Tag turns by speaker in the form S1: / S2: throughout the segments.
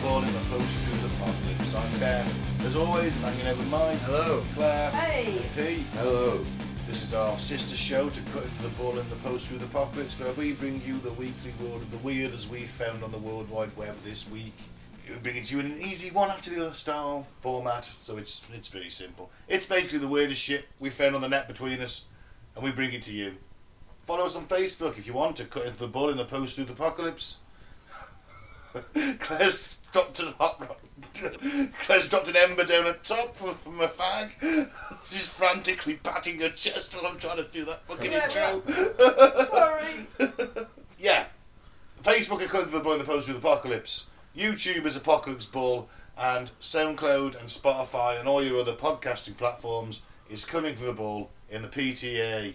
S1: close to the apocalypse. I'm Ben, as always, and hanging out with Mike,
S2: Hello.
S1: Claire,
S3: Hey,
S1: Pete. Hello. This is our sister show to cut into the ball and the post through the pockets, where we bring you the weekly world of the weird as we found on the World Wide Web this week. We bring it to you in an easy one after the other style format, so it's it's very simple. It's basically the weirdest shit we found on the net between us, and we bring it to you. Follow us on Facebook if you want to cut into the ball in the post through the apocalypse. Claire's dropped an hot rod. Claire's dropped an ember down her top from, from a fag. She's frantically patting her chest while I'm trying to do that fucking
S3: Yeah,
S1: intro.
S3: sorry.
S1: yeah. Facebook are cutting to the ball in the post with apocalypse. YouTube is apocalypse ball, and SoundCloud and Spotify and all your other podcasting platforms is coming for the ball in the PTA.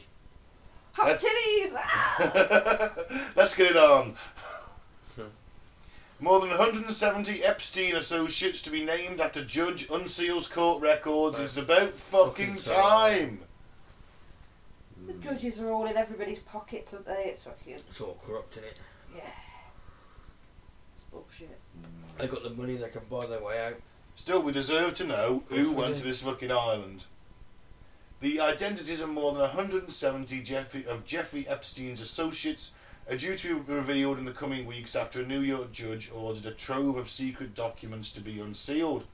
S3: Hot
S1: That's-
S3: titties! Ah!
S1: Let's get it on. More than 170 Epstein associates to be named after judge unseals court records. It's about fucking
S2: Fucking time.
S1: time.
S3: The judges are all in everybody's pockets, aren't they? It's fucking,
S2: It's all corrupt in it.
S3: yeah. It's bullshit.
S2: They got the money, they can buy their way out.
S1: Still, we deserve to know
S2: Yes,
S1: who
S2: we
S1: went
S2: do.
S1: to this fucking island. The identities of more than 170 Jeffrey, of Jeffrey Epstein's associates are due to be revealed in the coming weeks after a New York judge ordered a trove of secret documents to be unsealed.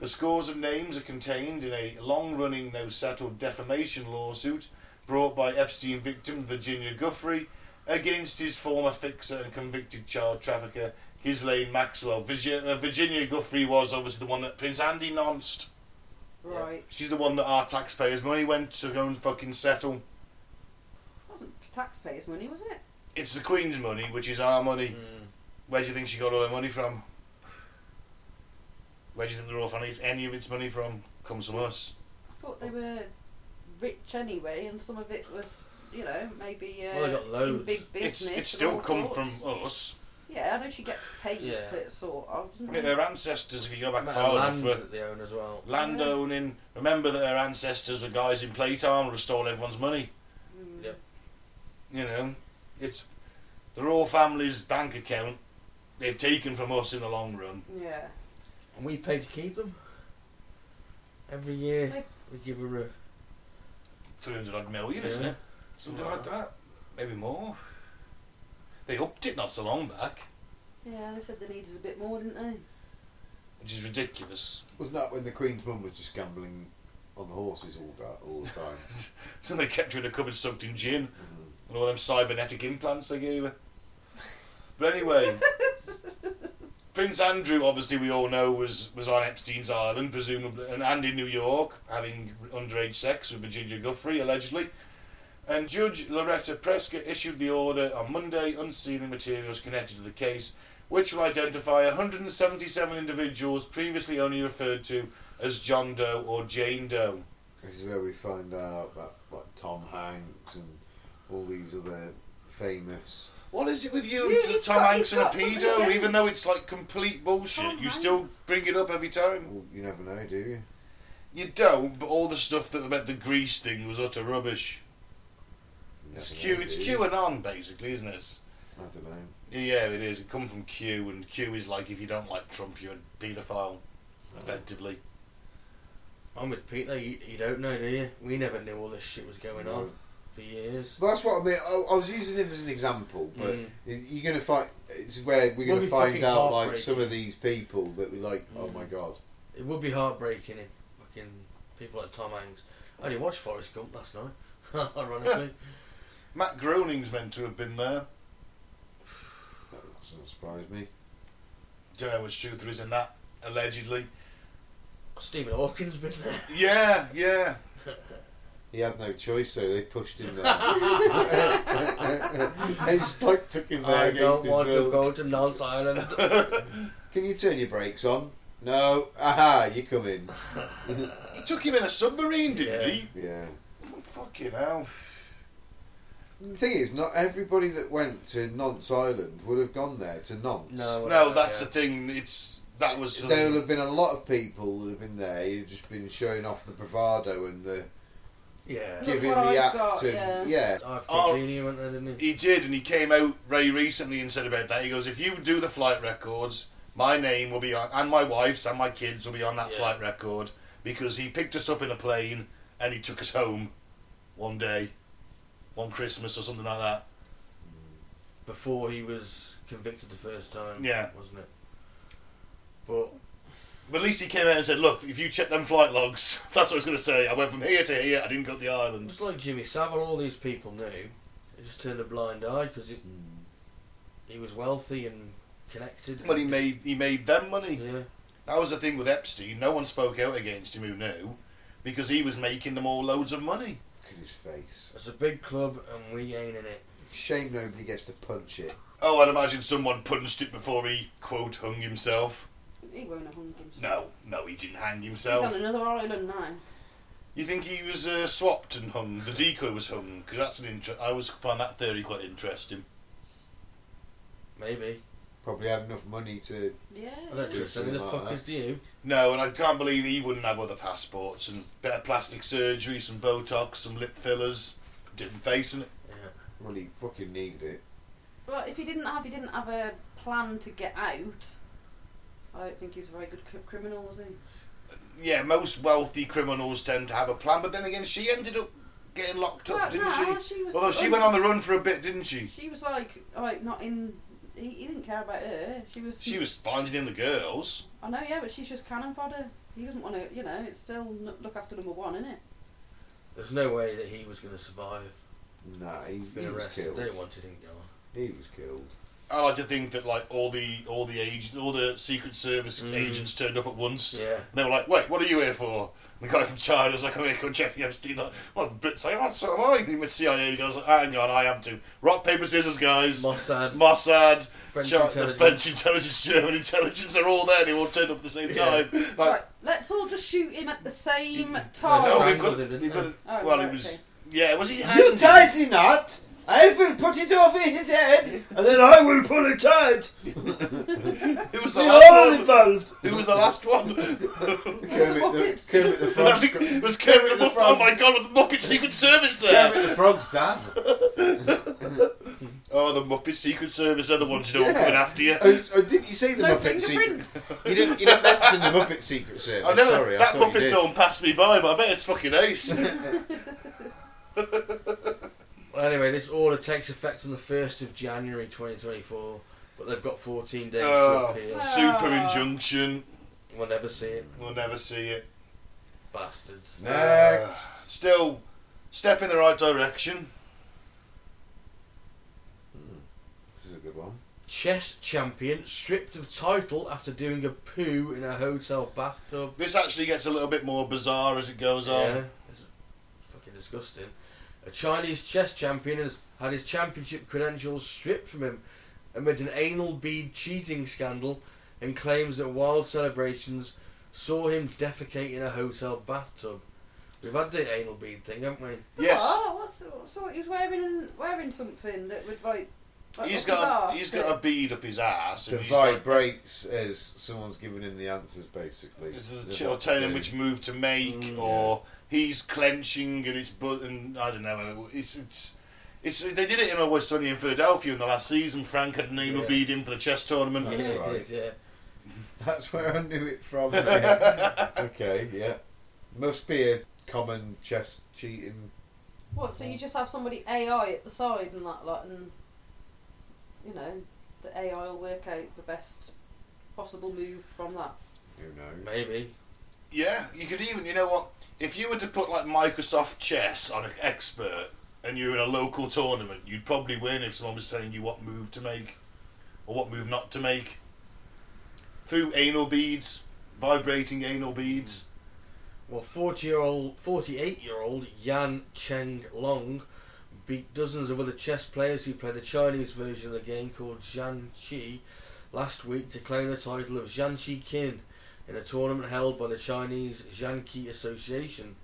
S1: The scores of names are contained in a long running, no settled defamation lawsuit brought by Epstein victim Virginia Guffrey against his former fixer and convicted child trafficker Ghislaine Maxwell. Virgi- uh, Virginia Guffrey was obviously the one that Prince Andy nonced.
S3: Right.
S1: She's the one that our taxpayers' money went to go and fucking settle.
S3: wasn't taxpayers' money, was it?
S1: It's the Queen's money, which is our money.
S3: Mm.
S2: Mm.
S1: Where do you think she got all her money from? Where do you think the Royal Family's any of its money from? Comes from us.
S3: I thought they were rich anyway, and some of it was, you know, maybe uh,
S2: Well, they got
S3: in
S2: loads.
S3: big business.
S1: It's, it's
S3: and
S1: still
S3: all
S1: come
S3: sorts.
S1: from us.
S3: Yeah, I know she gets paid
S2: Yeah.
S3: for it, sort of. doesn't
S1: Her ancestors, if you go back
S2: Amount of
S1: far
S2: land
S1: enough, were
S2: that they own as well.
S1: land
S3: Yeah.
S1: owning. Remember that her ancestors were guys in playtime who stole everyone's money.
S3: Mm.
S2: Yep.
S1: You know, it's the royal family's bank account. They've taken from us in the long run.
S3: Yeah.
S2: And we pay to keep them. Every year
S3: Like-
S2: we give her a.
S1: three hundred odd million, isn't
S2: Yeah.
S1: it? Something like that, maybe more. They upped it not so long back,
S3: Yeah, they said they needed a bit more, didn't they?
S1: which is ridiculous.
S4: Wasn't that when the Queen's mum was just gambling on the horses all, da- all the time?
S1: so they kept her in a cupboard soaked in gin and all them cybernetic implants they gave her. But anyway, Prince Andrew, obviously we all know, was was on Epstein's island, presumably, and, and in New York, having underage sex with Virginia Guffrey, allegedly. And Judge Loretta Prescott issued the order on Monday unsealing materials connected to the case, which will identify 177 individuals previously only referred to as John Doe or Jane Doe.
S4: this is where we find out that like Tom Hanks and all these other famous.
S1: What is it with you,
S3: You-
S1: and
S3: you've
S1: Tom
S3: got-
S1: Hanks
S3: you've
S1: and a
S3: got something
S1: pedo?
S3: against-
S1: Even though it's like complete bullshit,
S3: Tom
S1: you still
S3: Hanks.
S1: bring it up every time.
S4: Well, you never know, do you?
S1: You don't, but all the stuff that about the grease thing was utter rubbish.
S4: You
S1: It's
S4: never
S1: Q,
S4: know,
S1: it's
S4: do you?
S1: QAnon basically, isn't it?
S4: I don't know.
S1: Yeah, it is. It come from Q, and Q is like if you don't like Trump, you're a paedophile, effectively.
S2: I'm with Pete though, you, you don't know, do you? We never knew all this shit was going on for years.
S4: But that's what I mean. I, I was using him as an example, but
S2: Mm.
S4: it- you're going to find. It's where we're going
S2: Would
S4: to
S2: be
S4: find
S2: fucking
S4: out like
S2: heartbreaking.
S4: some of these people that we like. Oh
S2: Mm.
S4: my god!
S2: It would be heartbreaking if fucking people like Tom Hanks. I only watched Forrest Gump last night, ironically.
S1: Matt Groening's meant to have been there.
S4: That doesn't surprise me.
S1: Don't know how much truth there is in that, allegedly.
S2: Stephen Hawking's been there.
S1: Yeah, yeah.
S4: He had no choice, so they pushed him there. they just like took him there
S2: I
S4: against
S2: don't
S4: his
S2: want
S4: will.
S2: to go to Nance Island.
S4: Can you turn your brakes on? No. Aha, you come in.
S1: he took him in a submarine, didn't
S2: Yeah.
S1: he?
S4: Yeah.
S1: Fucking hell.
S4: The thing is, not everybody that went to Nonce Island would have gone there to Nonce.
S2: No.
S1: No, that's
S2: Yeah.
S1: the thing. It's that was.
S4: There would have been a lot of people that have been there who've just been showing off the bravado and the
S2: yeah.
S3: Give
S4: giving
S3: what
S4: the
S3: I've
S4: act
S3: got,
S4: and
S2: RFK
S1: Oh.
S2: Jr. went there, didn't he?
S1: He did, and he came out very recently and said about that. He goes, "If you do the flight records, My name will be on, and my wife's and my kids will be on that
S2: Yeah.
S1: flight record because he picked us up in a plane and he took us home one day, one Christmas or something like that.
S2: Before he was convicted the first time.
S1: Yeah.
S2: Wasn't it? But
S1: But at least he came out and said, "Look, if you check them flight logs, that's what I was going to say. I went from here to here. I didn't go to the island."
S2: just like Jimmy Savile, all these people knew. They just turned a blind eye because he,
S4: Mm,
S2: he was wealthy and connected.
S1: But he made he made them money.
S2: Yeah.
S1: That was the thing with Epstein. No one spoke out against him who knew, because he was making them all loads of money.
S4: Look at his face.
S2: It's a big club and we ain't in it.
S4: Shame nobody gets to punch it.
S1: Oh, I'd imagine someone punched it before he quote hung himself.
S3: He won't have hung himself.
S1: No, no, he didn't hang
S3: He's
S1: himself.
S3: on another island now.
S1: You think he was uh, swapped and hung? The decoy was hung because that's an interest. I always find that theory quite interesting.
S2: Maybe.
S4: Probably had enough money to.
S3: Yeah.
S2: I don't
S4: Yeah.
S2: trust any of the
S4: Something like
S2: fuckers, do you?
S1: No, and I can't believe he wouldn't have other passports and better plastic surgery, some Botox, some lip fillers, different face, and
S4: Well, he fucking needed it.
S3: Well, if he didn't have, he didn't have a plan to get out. I don't think he was a very good cr- criminal, was he?
S1: yeah, most wealthy criminals tend to have a plan. But then again, she ended up getting locked up,
S3: Well,
S1: didn't
S3: no,
S1: she?
S3: she was-
S1: Although she went on the run for a bit, didn't she?
S3: She was like, like not in. He, he didn't care about her. She was.
S1: She was finding him the girls.
S3: I know, yeah, but she's just cannon fodder. He doesn't want to, you know. It's still n- look after number one, isn't it?
S2: There's no way that he was going to survive.
S4: Nah, he,
S2: Been
S4: he was
S2: arrested.
S4: killed.
S2: They wanted him gone.
S4: He was killed.
S1: I like to think that like all the all the agent, all the Secret Service
S2: Mm.
S1: agents turned up at once.
S2: Yeah.
S1: And they were like, "Wait, what are you here for?" And the guy from China was like, "I'm here to check the Epstein." Like, well, Brits say, "Oh, so am I." And the CIA goes, like, "Ah, "Hang on, I am too." Rock paper scissors, guys.
S2: Mossad,
S1: Mossad,
S2: French
S1: Chi- the
S2: intelligence.
S1: French intelligence, German intelligence are all there. They all turned up at the same
S2: Yeah.
S1: time. Like,
S3: right, let's all just shoot him at the same
S1: Oh, No,
S3: time.
S1: we
S2: strangled
S1: couldn't.
S2: him, didn't
S1: we
S2: they?
S1: couldn't.
S3: Oh,
S1: well,
S3: right,
S1: it was.
S3: okay.
S1: Yeah, was he?
S5: You
S1: hanged?
S5: tie the knot, I will put it over his head, and then I will pull it tight.
S1: Who was the
S5: We're all
S1: last one?
S5: involved.
S1: Who was the last one?
S4: Kermit the,
S3: Muppets.
S4: Kermit the
S1: I
S4: Frog.
S1: think it was Kermit the
S4: the
S1: Frog. Oh
S4: Frog.
S1: my god, with the Muppet Secret Service
S5: Kermit
S1: there.
S5: the Frog's dad.
S1: Oh, the Muppet Secret Service are the ones who don't
S4: Yeah.
S1: coming after you.
S4: Oh, so didn't you say the
S3: No
S4: Muppet Secret?
S3: fingerprints.
S4: You didn't. You didn't mention the Muppet Secret Service.
S1: I never,
S4: Sorry, I
S1: that
S4: thought you
S1: Muppet
S4: did.
S1: film passed me by, but I bet it's fucking ace. Uh,
S2: Well, anyway, this order takes effect on the 1st of January 2024, but they've got 14 days
S1: Oh.
S2: to appeal.
S3: Ah.
S1: Super injunction.
S2: We'll never see it.
S1: We'll never see it.
S2: Bastards.
S1: Uh,
S4: Next.
S1: still, step in the right direction.
S4: This is a good one.
S2: Chess champion stripped of title after doing a poo in a hotel bathtub.
S1: This actually gets a little bit more bizarre as it goes
S2: Yeah,
S1: on.
S2: it's fucking disgusting. A Chinese chess champion has had his championship credentials stripped from him amid an anal bead cheating scandal and claims that wild celebrations saw him defecate in a hotel bathtub. We've had the anal bead thing, haven't we?
S1: Yes.
S3: Oh, what's, what's what? He was wearing wearing something that would like.
S1: He's
S3: like up his
S1: got a,
S3: arse,
S1: he's
S3: didn't
S1: got a bead up his ass.
S4: The
S1: And he's like,
S4: vibrates as someone's giving him the answers, basically.
S1: It's
S4: Of
S1: the
S4: what
S1: chill
S4: to
S1: telling him
S4: do.
S1: which move to make,
S2: Mm,
S1: or he's clenching and it's but and I don't know. It's it's. It's, they did it in Always Sunny in Philadelphia in the last season. Frank had an anal
S2: Yeah.
S1: bead in for the chess tournament.
S4: That's
S2: yeah, it
S4: right.
S2: did, yeah.
S4: That's where I knew it from. yeah. okay, yeah. Must be a common chess cheating.
S3: he? What? So you just have somebody AI at the side and that lot, and you know, the AI will work out the best possible move from that.
S4: Who knows?
S2: Maybe.
S1: Yeah, you could even, you know what? If you were to put like Microsoft Chess on an expert and you're in a local tournament, you'd probably win if someone was telling you what move to make or what move not to make. Through anal beads, vibrating anal beads.
S2: Well, 40 year old, 48 year old Yan Cheng Long beat dozens of other chess players who played a Chinese version of the game called Zhan Qi last week to claim the title of Zhan Qi Qin in a tournament held by the Chinese Zhan Qi Association.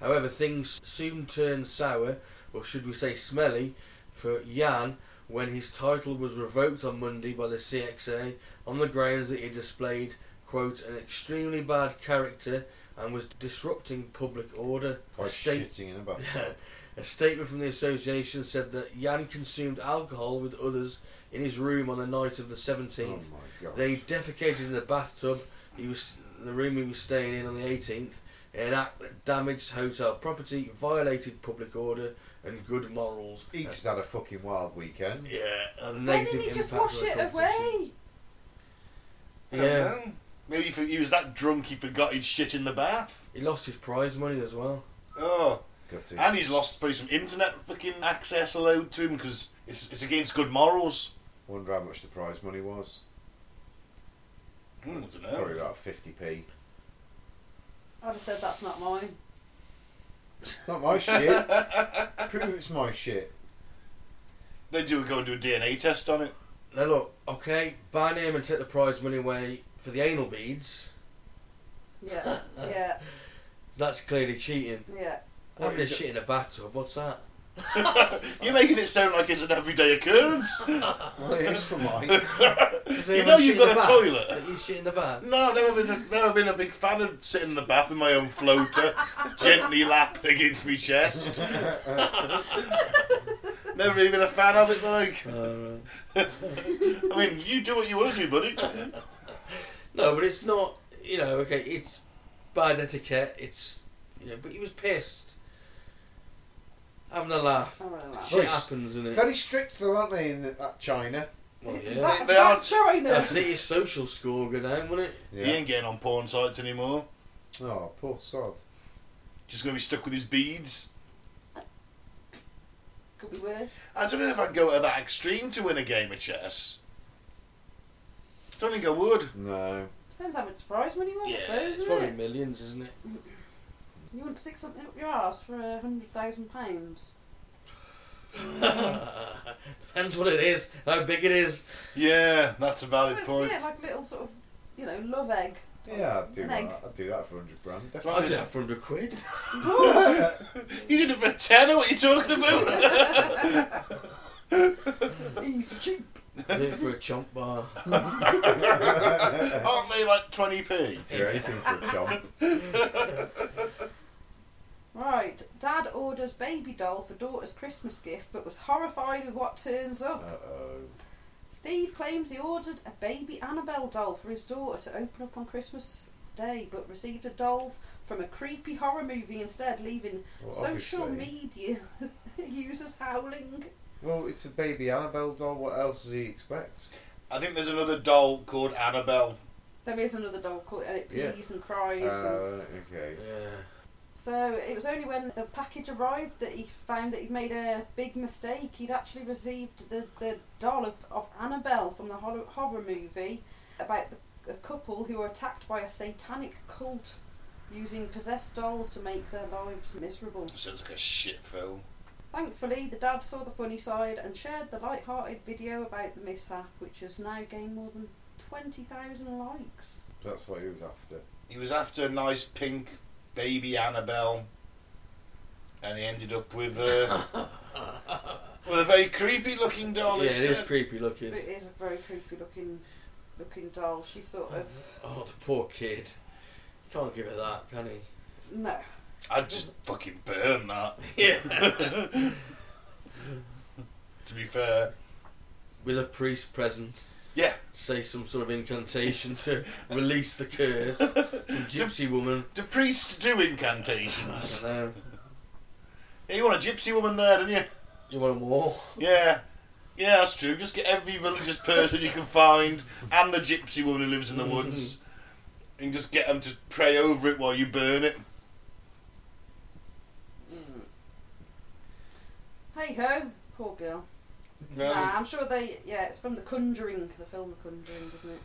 S2: However, things soon turned sour, or should we say smelly, for Yan when his title was revoked on Monday by the CXA on the grounds that he displayed, quote, an extremely bad character and was disrupting public order.
S4: By
S2: State-
S4: Oh, shitting in a bathtub.
S2: Yeah. A statement from the association said that Yan consumed alcohol with others in his room on the night of the 17th.
S4: Oh my god.
S2: They defecated in the bathtub. He was the room he was staying in on the 18th. An act that damaged hotel property, violated public order and good morals.
S4: He just had a fucking wild weekend.
S2: yeah, a
S3: Why
S2: negative
S3: didn't he just
S2: impact
S3: wash
S2: on the
S3: it
S2: competition.
S3: away?
S1: I don't
S2: Yeah.
S1: know. Maybe he, for- he was that drunk he forgot he'd shit in the bath.
S2: He lost his prize money as well.
S1: Oh,
S4: Gutty.
S1: and he's lost probably some internet fucking access allowed to him because it's, it's against good morals.
S4: Wonder how much the prize money was.
S1: Hmm, I don't know.
S4: Probably about 50p.
S3: I'd have said that's not mine.
S4: It's not my shit. Prove it's my shit.
S1: They do go and do a DNA test on it.
S2: Now look, okay, ban him and take the prize money away for the anal beads.
S3: Yeah, yeah,
S2: That's clearly cheating.
S3: yeah.
S2: Having a shit in a bathtub, what's that?
S1: You're making it sound like it's an everyday occurrence.
S4: Well, it is for mine.
S1: you know you've got a toilet.
S2: You shit in the bath.
S1: No, I've never been a, never been a big fan of sitting in the bath with my own floater, gently lapping against my chest. never even been a fan of it. Like,
S3: Uh,
S1: I mean, you do what you want to do, buddy.
S2: no, but it's not. You know, okay, it's bad etiquette. It's you know, but he was pissed, having a laugh.
S3: I'm gonna laugh.
S2: Shit
S4: it's
S2: happens, isn't it?
S4: Very strict though, aren't they, in the, at China?
S2: Well, yeah.
S3: That,
S1: They
S3: that
S1: are-
S3: China.
S2: That's it. His social score go down, wouldn't it?
S1: He
S4: Yeah.
S1: ain't getting on porn sites anymore.
S4: Oh, poor sod.
S1: Just gonna be stuck with his beads.
S3: Could be worse.
S1: I don't know if I'd go to that extreme to win a game of chess. Don't think I would.
S4: No.
S3: Depends how much surprise money was, I suppose,
S2: it's
S3: isn't
S2: probably
S3: it?
S2: millions, isn't it?
S3: You wouldn't stick something up your arse for a hundred thousand pounds.
S2: Depends what it is, how big it is.
S1: Yeah, that's a valid
S3: Well,
S1: point.
S3: it's, yeah, like a little sort of, you know, love egg.
S4: Yeah, I'd do
S3: An egg.
S4: that. I'd do that for 100 grand.
S2: I'd do
S4: Definitely.
S2: that for hundred quid.
S1: You did it for a tenner. What are you talking about?
S3: Easy cheap.
S2: I'd do it for a chomp bar.
S1: Aren't they like twenty p?
S4: do anything for a chomp.
S3: Right, Dad orders baby doll for daughter's Christmas gift, but was horrified with what turns
S4: Uh
S3: up.
S4: oh.
S3: Steve claims he ordered a baby Annabelle doll for his daughter to open up on Christmas Day, but received a doll from a creepy horror movie instead, leaving
S4: Well,
S3: social
S4: obviously.
S3: media users howling.
S4: Well, it's a baby Annabelle doll. What else does he expect?
S1: I think there's another doll called Annabelle.
S3: There is another doll called, and it
S4: Yeah.
S3: pees and cries. and
S4: Uh, okay.
S2: Yeah.
S3: So it was only when the package arrived that he found that he'd made a big mistake. He'd actually received the, the doll of, of Annabelle from the horror, horror movie about the, a couple who were attacked by a satanic cult using possessed dolls to make their lives miserable.
S1: Sounds like a shit film.
S3: Thankfully, the dad saw the funny side and shared the light-hearted video about the mishap, which has now gained more than 20,000 likes.
S4: That's what he was after.
S1: He was after a nice pink baby Annabelle, and he ended up with a with a very creepy looking doll
S2: yeah, it
S1: instead.
S2: is creepy looking.
S3: But it is a very creepy looking looking doll. She sort of
S2: Oh, the poor kid. Can't give it that, can he?
S3: no.
S1: I'd just fucking burn that.
S2: Yeah.
S1: To be fair,
S2: With a priest present.
S1: Yeah.
S2: Say some sort of incantation to release the curse. Some gypsy woman.
S1: do priests do
S2: I
S1: incantations?
S2: don't know.
S1: Yeah, you want a gypsy woman there, don't you?
S2: You want more?
S1: Yeah. Yeah, that's true. Just get every religious person you can find and the gypsy woman who lives in the woods
S4: Mm-hmm.
S1: and just get them to pray over it while you burn it.
S3: Hey ho, poor girl. Nah, I'm sure they. Yeah, it's from The Conjuring, the film The Conjuring, doesn't it?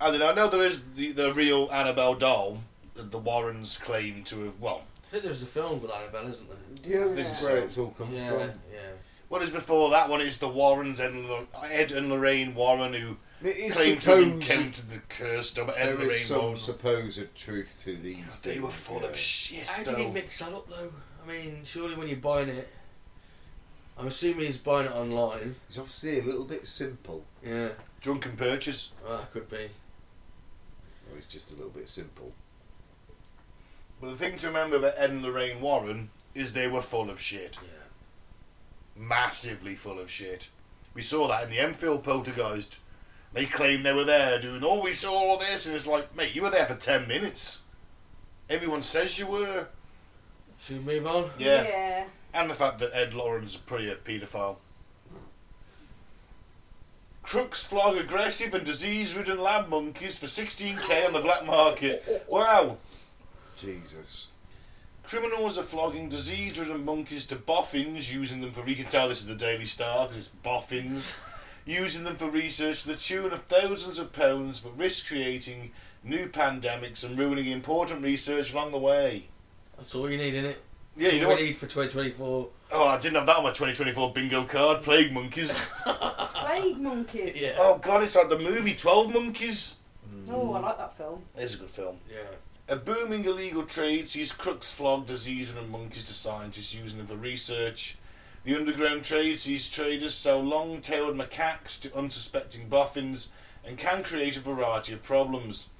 S1: I don't know. I know there is the, the real Annabelle doll that the Warrens claim to have. Well,
S2: I think there's a film with Annabelle, isn't there?
S4: Yeah, this
S1: Think
S4: is
S1: so.
S4: where it's all come
S2: yeah,
S4: from.
S2: yeah.
S1: what is before that one is the Warrens and Lo- Ed and Lorraine Warren who
S4: It is
S1: claim to have
S4: supposed
S1: encountered the curse of Ed and
S4: there is
S1: Lorraine
S4: some
S1: Warren.
S4: supposed truth to these.
S1: They
S4: things,
S1: were full
S4: yeah.
S1: of shit.
S2: How did
S1: though.
S2: he mix that up though? I mean, surely when you're buying it, I'm assuming he's buying it online.
S4: It's obviously a little bit simple.
S2: Yeah,
S1: Drunken purchase.
S2: well, that could be.
S4: Or it's just a little bit simple.
S1: But the thing to remember about Ed and Lorraine Warren is they were full of shit.
S2: Yeah.
S1: Massively full of shit. We saw that in the Enfield poltergeist. They claim they were there doing, oh, we saw all this, and it's like, mate, you were there for 10 minutes. Everyone says you were.
S2: Should we move on?
S1: Yeah.
S3: yeah.
S1: And the fact that Ed Lawrence is pretty a paedophile. Crooks flog aggressive and disease ridden lab monkeys for 16k on the black market. Wow!
S4: Jesus.
S1: Criminals are flogging disease ridden monkeys to boffins, using them for. You can tell this is the Daily Star because it's boffins. using them for research to the tune of thousands of pounds, but risk creating new pandemics and ruining important research along the way.
S2: That's all you need, innit?
S1: Yeah, you
S2: All
S1: know
S2: we
S1: what?
S2: need for 2024.
S1: Oh, I didn't have that on my 2024 bingo card. Plague monkeys.
S3: Plague monkeys.
S2: Yeah.
S1: Oh god, it's like the movie Twelve Monkeys.
S3: Oh, I like that film.
S1: It's a good film.
S2: Yeah.
S1: A booming illegal trade sees crooks flog disease and monkeys to scientists using them for research. The underground trade sees traders sell long-tailed macaques to unsuspecting boffins and can create a variety of problems.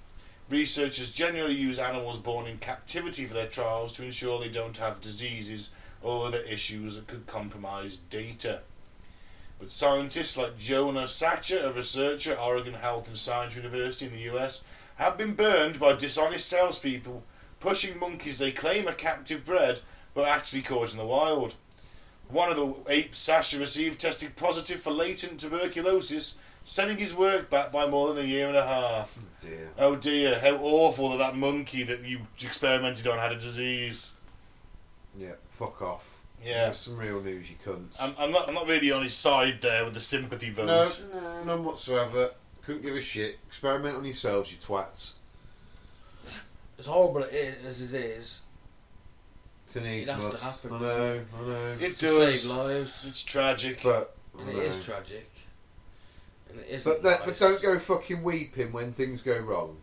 S1: Researchers generally use animals born in captivity for their trials to ensure they don't have diseases or other issues that could compromise data. But scientists like Jonah Satcher, a researcher at Oregon Health and Science University in the US, have been burned by dishonest salespeople pushing monkeys they claim are captive bred but actually caught in the wild. One of the apes Sasha received tested positive for latent tuberculosis, sending his work back by more than a year and a half.
S4: Dear.
S1: Oh dear, how awful that that monkey that you experimented on had a disease.
S4: Yeah, fuck off.
S1: Yeah. Um,
S4: There's some real news, you cunts.
S1: I'm, I'm, not, I'm not really on his side there with the sympathy vote.
S4: No.
S3: No.
S4: None whatsoever. Couldn't give a shit. Experiment on yourselves, you twats.
S2: As horrible it is, as it is,
S4: It's an ease
S2: It has to
S4: must.
S2: happen,
S4: I
S2: doesn't
S4: know, I know.
S1: It
S2: to
S1: does.
S2: save lives,
S1: It's tragic.
S4: but, I
S2: and it
S4: know.
S2: is tragic. And it is.
S4: but, that,
S2: nice.
S4: but don't go fucking weeping when things go wrong.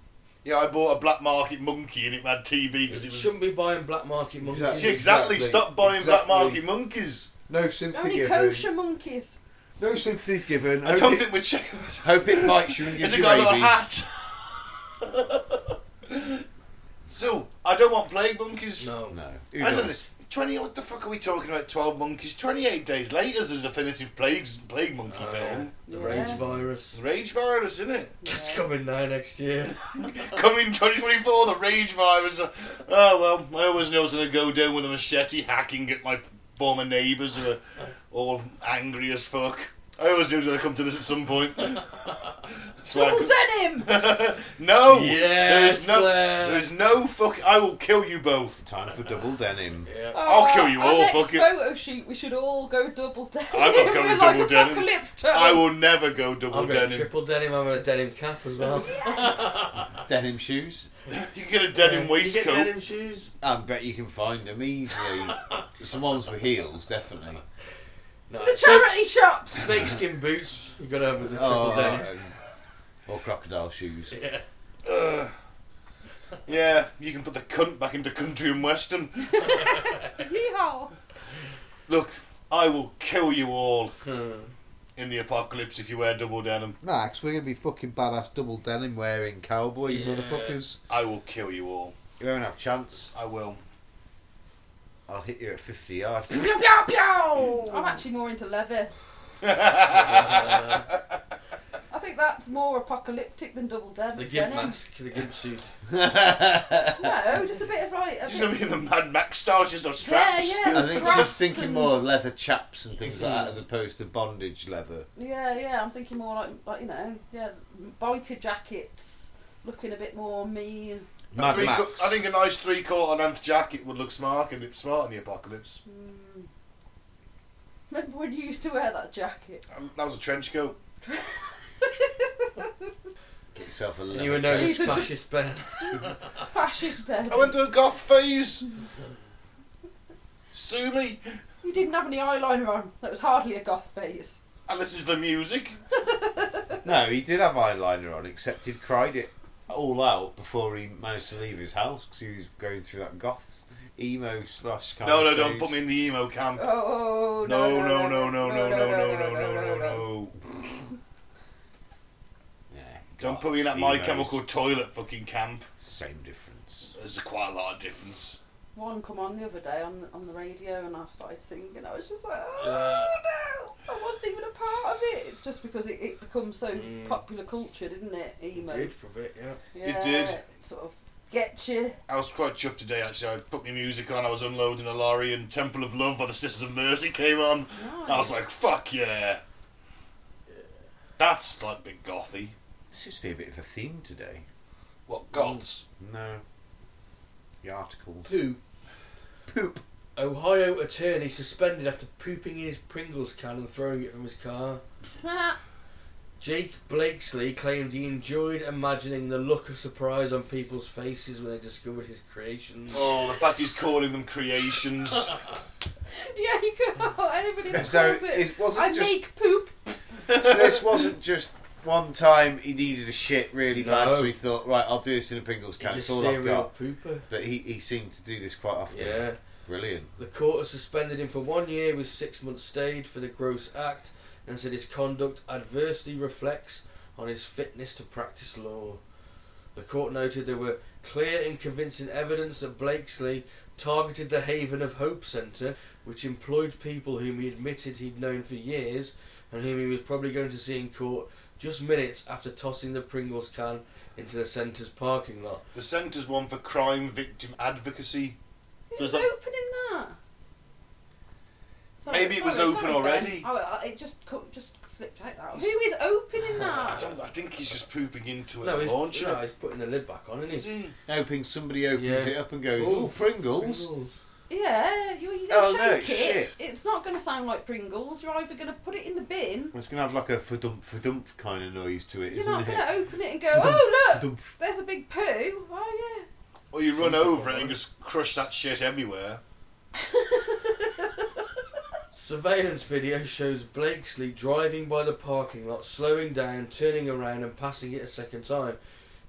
S1: yeah, I bought a black market monkey and it had TB because
S2: You
S1: it was.
S2: shouldn't be buying black market monkeys.
S1: Exactly.
S4: Exactly.
S1: Stop buying
S4: Exactly.
S1: black market monkeys.
S4: No sympathy
S3: Only
S4: given.
S3: kosher monkeys.
S4: No sympathy's given.
S1: I
S4: Hope
S1: don't
S4: it-
S1: think we're checking.
S4: Hope it bites you and
S1: Has
S4: gives
S1: it
S4: you
S1: got a little
S4: rabies.
S1: hat? so I don't want plague monkeys.
S2: No.
S4: No. Who
S1: I don't
S4: does?
S1: know. Twenty. What the fuck are we talking about? Twelve monkeys. Twenty-eight days later is a definitive plagues plague monkey
S2: Oh, yeah.
S1: film.
S2: The
S3: Yeah.
S2: rage virus.
S1: It's Rage virus, isn't it?
S2: It's
S3: Yeah.
S2: coming now next year.
S1: Coming 2024, the rage virus. Oh well, I always know I was gonna go down with a machete, hacking at my former neighbours, who are all angry as fuck. I always knew I was gonna come to this at some point. That's why I
S3: Double
S1: could-
S3: denim!
S1: no. there
S2: Yes,
S1: is no.
S2: Claire.
S1: There is no fuck. I will kill you both.
S4: Time for double denim.
S2: Yeah.
S1: I'll
S3: Oh,
S1: kill you
S3: our
S1: all,
S3: next
S1: fuck it.
S3: photo shoot, we should all go double denim.
S1: I'm not going
S3: We're
S1: double
S3: like
S1: denim.
S3: Apocalypto.
S1: I will never go double
S2: I'm going
S1: denim.
S2: triple denim. I'm in a denim cap as well.
S4: Denim shoes.
S1: You can get a denim
S2: You
S1: waistcoat.
S2: get denim shoes?
S4: I bet you can find them easily. Some ones with heels, definitely.
S2: No.
S3: To the charity shops!
S2: Snakeskin boots. We got over the triple
S4: Oh,
S2: denim.
S4: um, or crocodile shoes.
S2: Yeah.
S1: Ugh. Yeah, you can put the cunt back into country and western.
S3: Yeehaw!
S1: Look, I will kill you all
S2: Hmm.
S1: in the apocalypse if you wear double denim.
S4: Nah, because we're going to be fucking badass double denim wearing cowboy, you
S2: Yeah.
S4: motherfuckers.
S1: I will kill you all.
S4: You won't have a chance.
S1: I will.
S4: I'll hit you at 50 yards.
S3: I'm actually more into leather.
S2: Uh,
S3: I think that's more apocalyptic than double denim.
S2: the gimp
S3: denim.
S2: mask, the gimp suit.
S4: I
S3: No, just a bit of like. A
S1: She's
S3: bit-
S1: gonna be in the Mad Max style. She's got straps.
S3: Yeah, yeah.
S4: think
S3: Straps
S4: she's thinking
S3: and-
S4: more of leather chaps and things like that as opposed to bondage leather.
S3: Yeah, yeah. I'm thinking more like, like you know, yeah, biker jackets, looking a bit more mean.
S1: A
S4: Mad
S1: three
S4: Max.
S1: co- I think a nice three-quarter length jacket would look smart and it's smart in the apocalypse.
S3: Mm. Remember when you used to wear that jacket?
S1: Um, that was a trench coat.
S4: Get yourself a
S2: And you were
S4: leather
S2: known as
S4: trench.
S3: He's a d-
S2: fascist Ben.
S3: Fascist bed.
S1: I went through a goth phase. Sue me.
S3: You didn't have any eyeliner on. That was hardly a goth phase.
S1: I listened to the music.
S4: No, he did have eyeliner on, except he'd cried it all out before he managed to leave his house because he was going through that goths emo slash kind
S1: No,
S4: of
S1: no, don't
S4: stage.
S1: put me in the emo camp.
S3: Oh
S1: No,
S3: no!
S1: no, no, no, no, no, no, no, no, no, no.
S4: Yeah,
S1: Don't
S4: goths,
S1: put me in that My
S4: emos,
S1: Chemical Toilet fucking camp.
S4: Same difference.
S1: There's quite a lot of difference.
S3: one come on the other day on on the radio, and I started singing. I was just like,
S2: Yeah.
S3: oh no, I wasn't even a part of it. It's just because it, it becomes so
S2: Mm.
S3: popular culture, didn't it? Emo.
S2: Good for a bit, yeah.
S3: Yeah,
S1: did.
S3: Sort of get you.
S1: I was quite chuffed today, actually. I put my music on, I was unloading a lorry, and Temple of Love by the Sisters of Mercy came on. I was like, fuck yeah. That's like big gothy.
S4: This seems to be a bit of a theme today.
S1: What, goths?
S4: No. The articles.
S2: Poop.
S4: Poop.
S2: Ohio attorney suspended after pooping in his Pringles can and throwing it from his car. Jake Blakesley claimed he enjoyed imagining the look of surprise on people's faces when they discovered his creations.
S1: Oh, the fact he's calling them creations.
S3: yeah, you could.
S1: Mm.
S3: Anybody that
S4: So
S3: calls it.
S4: it wasn't
S3: I
S4: just.
S3: make poop.
S4: So this wasn't just one time he needed a shit really
S2: No.
S4: bad, so he thought, right, I'll do this in a Pringles can.
S2: He's a
S4: It's all I've got.
S2: serial pooper.
S4: But he, he seemed to do this quite often.
S2: Yeah.
S4: Brilliant.
S2: The court has suspended him for one year with six months stayed for the gross act and said his conduct adversely reflects on his fitness to practice law. The court noted there were clear and convincing evidence that Blakesley targeted the Haven of Hope Centre, which employed people whom he admitted he'd known for years and whom he was probably going to see in court just minutes after tossing the Pringles can into the centre's parking lot.
S1: the centre's one for crime victim advocacy. So it's
S3: Who's
S1: like-
S3: opening that?
S1: Maybe it was open
S3: Ben.
S1: already.
S3: Oh, I- it just co- just slipped out. That. Who is opening
S1: I
S3: that?
S1: don't. I think he's just pooping into a
S2: No, he's,
S1: launcher.
S2: no, he's putting the lid back on, isn't he?
S1: Is he?
S4: Hoping somebody opens
S2: Yeah.
S4: it up and goes,
S2: Ooh,
S4: oh, Pringles.
S3: Yeah, you're, you're
S4: Oh,
S3: going to
S4: no,
S3: shake
S4: it's
S3: it.
S4: shit.
S3: It's not going to sound like Pringles. You're either going to put it in the bin.
S4: It's going to have like a fadump fadump kind of noise to it,
S3: You're
S4: not
S3: not
S4: it?
S3: going to open it and go,
S4: Fadump,
S3: oh look,
S4: fadump.
S3: there's a big poo. Oh
S1: Or you run over it and just crush that shit everywhere.
S2: Surveillance video shows Blakesley driving by the parking lot, slowing down, turning around, and passing it a second time.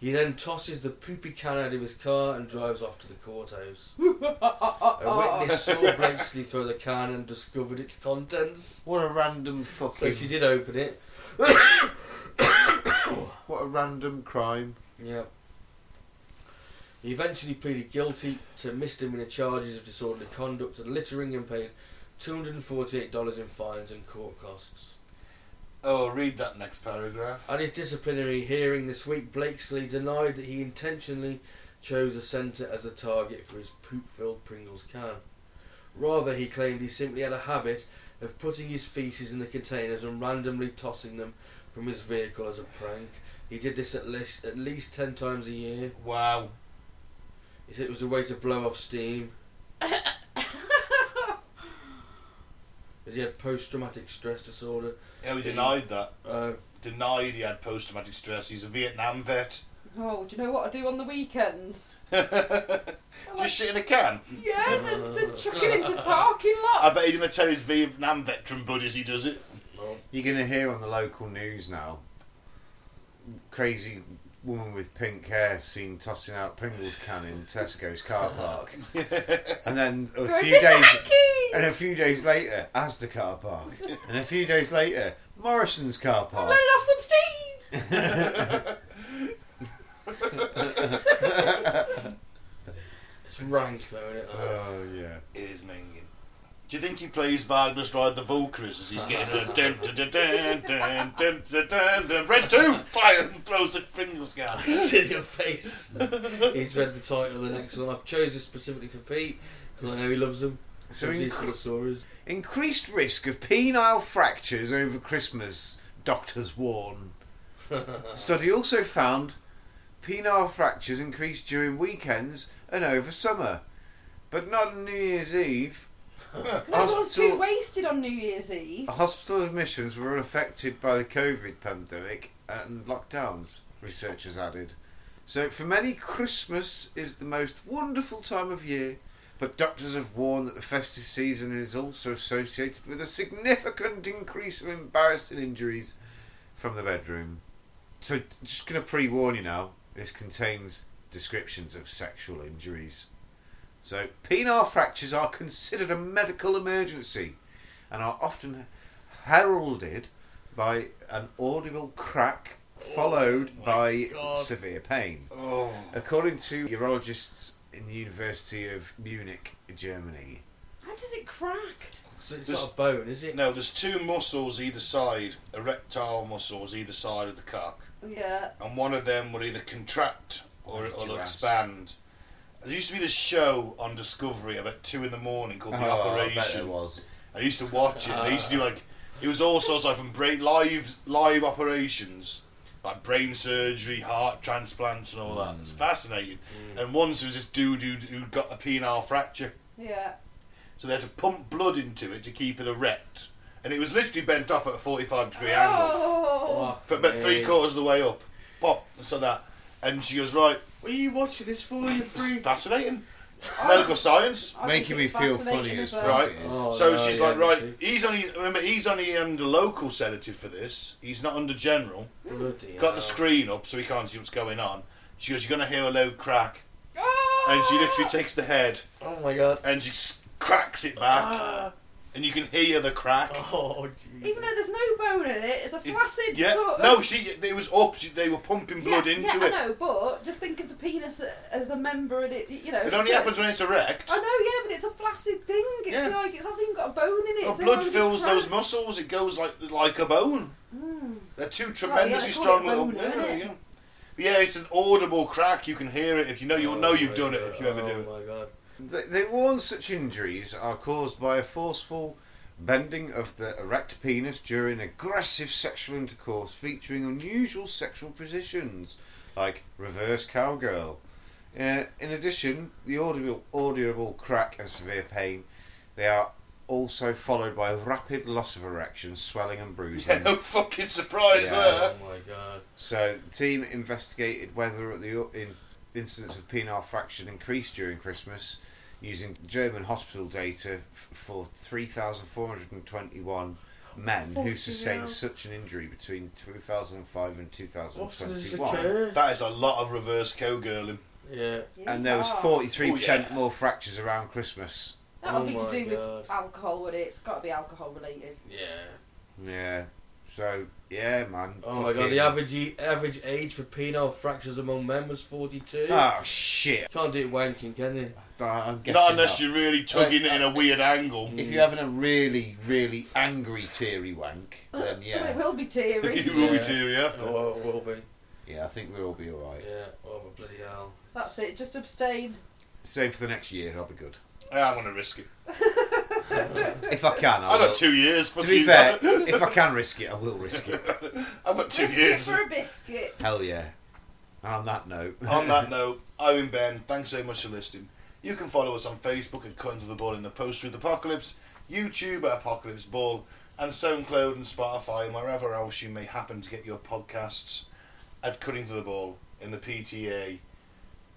S2: He then tosses the poopy can out of his car and drives off to the courthouse.
S3: yeah.
S2: A witness saw Blakesley throw the can and discovered its contents.
S4: What a random
S2: So
S4: fucking.
S2: she did open it.
S4: What a random crime.
S2: Yeah. He eventually pleaded guilty to misdemeanor charges of disorderly conduct and littering and paid $248 in fines and court costs.
S1: Oh, read that next paragraph.
S2: At his disciplinary hearing this week, Blakesley denied that he intentionally chose the centre as a target for his poop filled Pringles can. Rather, he claimed he simply had a habit of putting his feces in the containers and randomly tossing them from his vehicle as a prank. He did this at least, at least 10 times a year.
S1: Wow.
S2: He said it was a way to blow off steam, as he had post traumatic stress disorder.
S1: Yeah, he denied that.
S2: Uh,
S1: Denied he had post-traumatic stress. He's a Vietnam vet.
S3: oh, do you know what I do on the weekends? I like-
S1: just shit in a can.
S3: yeah, then, then chuck it into the parking
S1: I
S3: lot.
S1: bet he's gonna tell his Vietnam veteran buddies he does it.
S4: You're going to hear on the local news now crazy woman with pink hair seen tossing out Pringles can in Tesco's car park. and then a
S3: Going,
S4: few
S3: Mr.
S4: days.
S3: Hackey!
S4: And a few days later, Asda car park. And a few days later, Morrison's car
S3: I'm
S4: park.
S3: letting off some steam.
S4: Oh,
S2: it's rank, though, isn't it?
S4: oh yeah.
S1: It is minging. Do you think he plays Wagner's Ride the Valkyries as he's getting a dun dun dun dun dun dun dun dun dun Red two fire and throws the Pringles can.
S2: It's in your face. He's read the title of the next one. I've chosen specifically for Pete because I know he loves them.
S4: So
S2: Loves
S4: inc-
S2: his dinosaurs.
S4: increased risk of penile fractures over Christmas, doctors warn. Study also found penile fractures increase during weekends and over summer, but not on New Year's Eve.
S3: Because everyone's too
S4: Hospital-
S3: wasted on New Year's
S4: Oh.
S3: Eve.
S4: Hospital admissions were affected by the COVID pandemic and lockdowns, researchers added. So, for many, Christmas is the most wonderful time of year, but doctors have warned that the festive season is also associated with a significant increase of embarrassing injuries from the bedroom. So, just going to pre warn you now this contains descriptions of sexual injuries. So, penile fractures are considered a medical emergency and are often heralded by an audible crack followed by
S2: God.
S4: severe pain.
S1: Oh,
S4: According to urologists in the University of Munich, Germany.
S3: How does it crack?
S2: So it's
S1: This-
S2: not a bone, is it?
S1: No, there's two muscles either side, erectile muscles either side of the cock,
S3: Yeah.
S1: and one of them will either contract or
S4: Did
S1: it'll
S4: you ask?
S1: expand. There used to be this show on Discovery about two in the morning called The
S4: Oh, I bet it
S1: Operation.
S4: was.
S1: I used to watch it. They used to do like it was all sorts of like from brain, live live operations, like brain surgery, heart transplants, and all that. It's
S4: Mm.
S1: fascinating. And once there was this dude who who got a penile fracture,
S3: Yeah.
S1: so they had to pump blood into it to keep it erect, and it was literally bent off at a forty-five degree angle
S3: Oh.
S2: Fuck
S1: for about three
S2: me.
S1: quarters of the way up. Pop, so that, and she goes right.
S2: What are you watching this for, you freak?
S1: It's fascinating.
S3: Ah.
S1: Medical science.
S3: I
S4: Making
S3: think
S4: me
S3: it's
S4: feel
S3: fascinating
S4: funny as
S3: well.
S4: fuck.
S1: Right.
S4: it is.
S2: Oh,
S1: so
S2: no,
S1: she's
S2: yeah,
S1: like, right,
S2: obviously.
S1: he's only remember he's only under local sedative for this. He's not under general.
S2: Bloody
S1: Got the
S2: hell.
S1: screen up so he can't see what's going on. She goes, you're gonna hear a loud crack,
S3: Oh!
S1: and she literally takes the head
S2: Oh my god.
S1: and she s- cracks it back,
S2: Ah.
S1: and you can hear the crack.
S2: Oh, Jesus.
S3: Even though there's no bone in it, it's a
S1: It-
S3: flaccid
S1: yeah.
S3: sort of.
S1: No, she. It was up. She, they were pumping blood
S3: yeah,
S1: into
S3: yeah,
S1: it.
S3: I know, but just think of the penis as a member, and it, you know.
S1: It only
S3: it's-
S1: happens when it's erect.
S3: I know, yeah, but it's a flaccid thing. It's
S1: Yeah.
S3: like it hasn't even got a bone in it.
S1: The
S3: so
S1: blood
S3: how does it
S1: fills
S3: crack?
S1: those muscles. It goes like like a bone.
S3: Mm.
S1: They're two
S3: yeah,
S1: tremendously
S3: they call
S1: strong
S3: it
S1: little.
S3: bone,
S1: Yeah,
S3: don't they?
S1: yeah. yeah, it's an audible crack. You can hear it. If you know,
S4: Oh,
S1: you'll know you've done it if you ever do it.
S2: Oh my god.
S4: They, they warn such injuries are caused by a forceful bending of the erect penis during aggressive sexual intercourse featuring unusual sexual positions, like reverse cowgirl. Uh, in addition, the audible, audible crack and severe pain, they are also followed by rapid loss of erection, swelling and bruising.
S1: Yeah, no fucking surprise
S4: Oh, Yeah.
S1: there.
S2: Oh my god.
S4: So the team investigated whether the in, incidence of penile fraction increased during Christmas using German hospital data f- for 3,421 men
S2: Fucking
S4: who sustained
S2: hell.
S4: such an injury between 2005 and
S2: Often does this
S4: 2021.
S2: occur?
S1: That is a lot of reverse cowgirling.
S2: Yeah.
S3: Yeah,
S4: And there was
S3: ah.
S4: 43%
S1: Oh, yeah.
S4: more fractures around Christmas.
S3: That
S2: Oh
S3: would be
S2: my
S3: to do
S2: God.
S3: with alcohol, would it? It's got to be alcohol related.
S2: Yeah.
S4: Yeah. So, yeah, man.
S2: Oh my god,
S4: fucking-
S2: the average e- average age for penile fractures among men was 42.
S4: Oh, shit.
S2: Can't do it wanking, can you?
S4: I- I'm
S1: Not
S4: guessing
S1: unless
S4: not.
S1: you're really tugging it in a weird angle.
S4: If you're having a really, really angry, teary wank, then
S3: Well, it
S4: yeah.
S3: will be teary.
S1: you will be
S2: Yeah.
S1: teary after.
S2: Oh, it will be.
S4: Yeah, I think we'll all be alright.
S2: Yeah. Oh, but bloody hell.
S3: That's it. Just abstain.
S4: Same for the next year. I'll be good.
S1: Yeah, I'm gonna risk it.
S4: If I can, I
S1: I've
S4: will.
S1: got two years.
S4: to
S1: fuck
S4: be
S1: you.
S4: fair, if I can risk it, I will risk it.
S1: I've got two
S3: Risk it
S1: years.
S3: for a biscuit.
S4: Hell yeah. And on that note,
S1: on that note, I've been Ben. Thanks so much for listening. You can follow us on Facebook at Cutting to the Ball in the Post Truth Apocalypse, YouTube at Apocalypse Ball, and SoundCloud and Spotify and wherever else you may happen to get your podcasts at Cutting to the Ball in the PTA.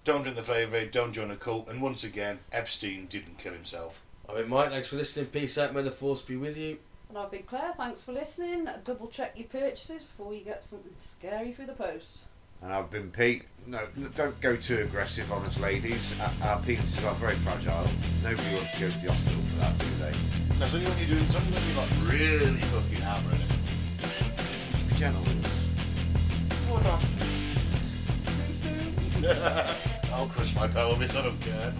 S1: Don't drink the flavour aid, don't join a cult, and once again, Epstein didn't kill himself.
S2: I've been Mike, thanks for listening. Peace out, may the force be with you.
S3: And I've been Claire. Thanks for listening. Double check your purchases before you get something scary through the post.
S4: and I've been Pete. No, no, don't go too aggressive on us, ladies. Uh, Our, our penises are very fragile. Nobody wants to go to the hospital for that, do they?
S1: Now, so you when you're doing something when you're like really fucking hammering it.
S4: Just be gentle with us.
S1: What up? I'll crush my pelvis, I don't care.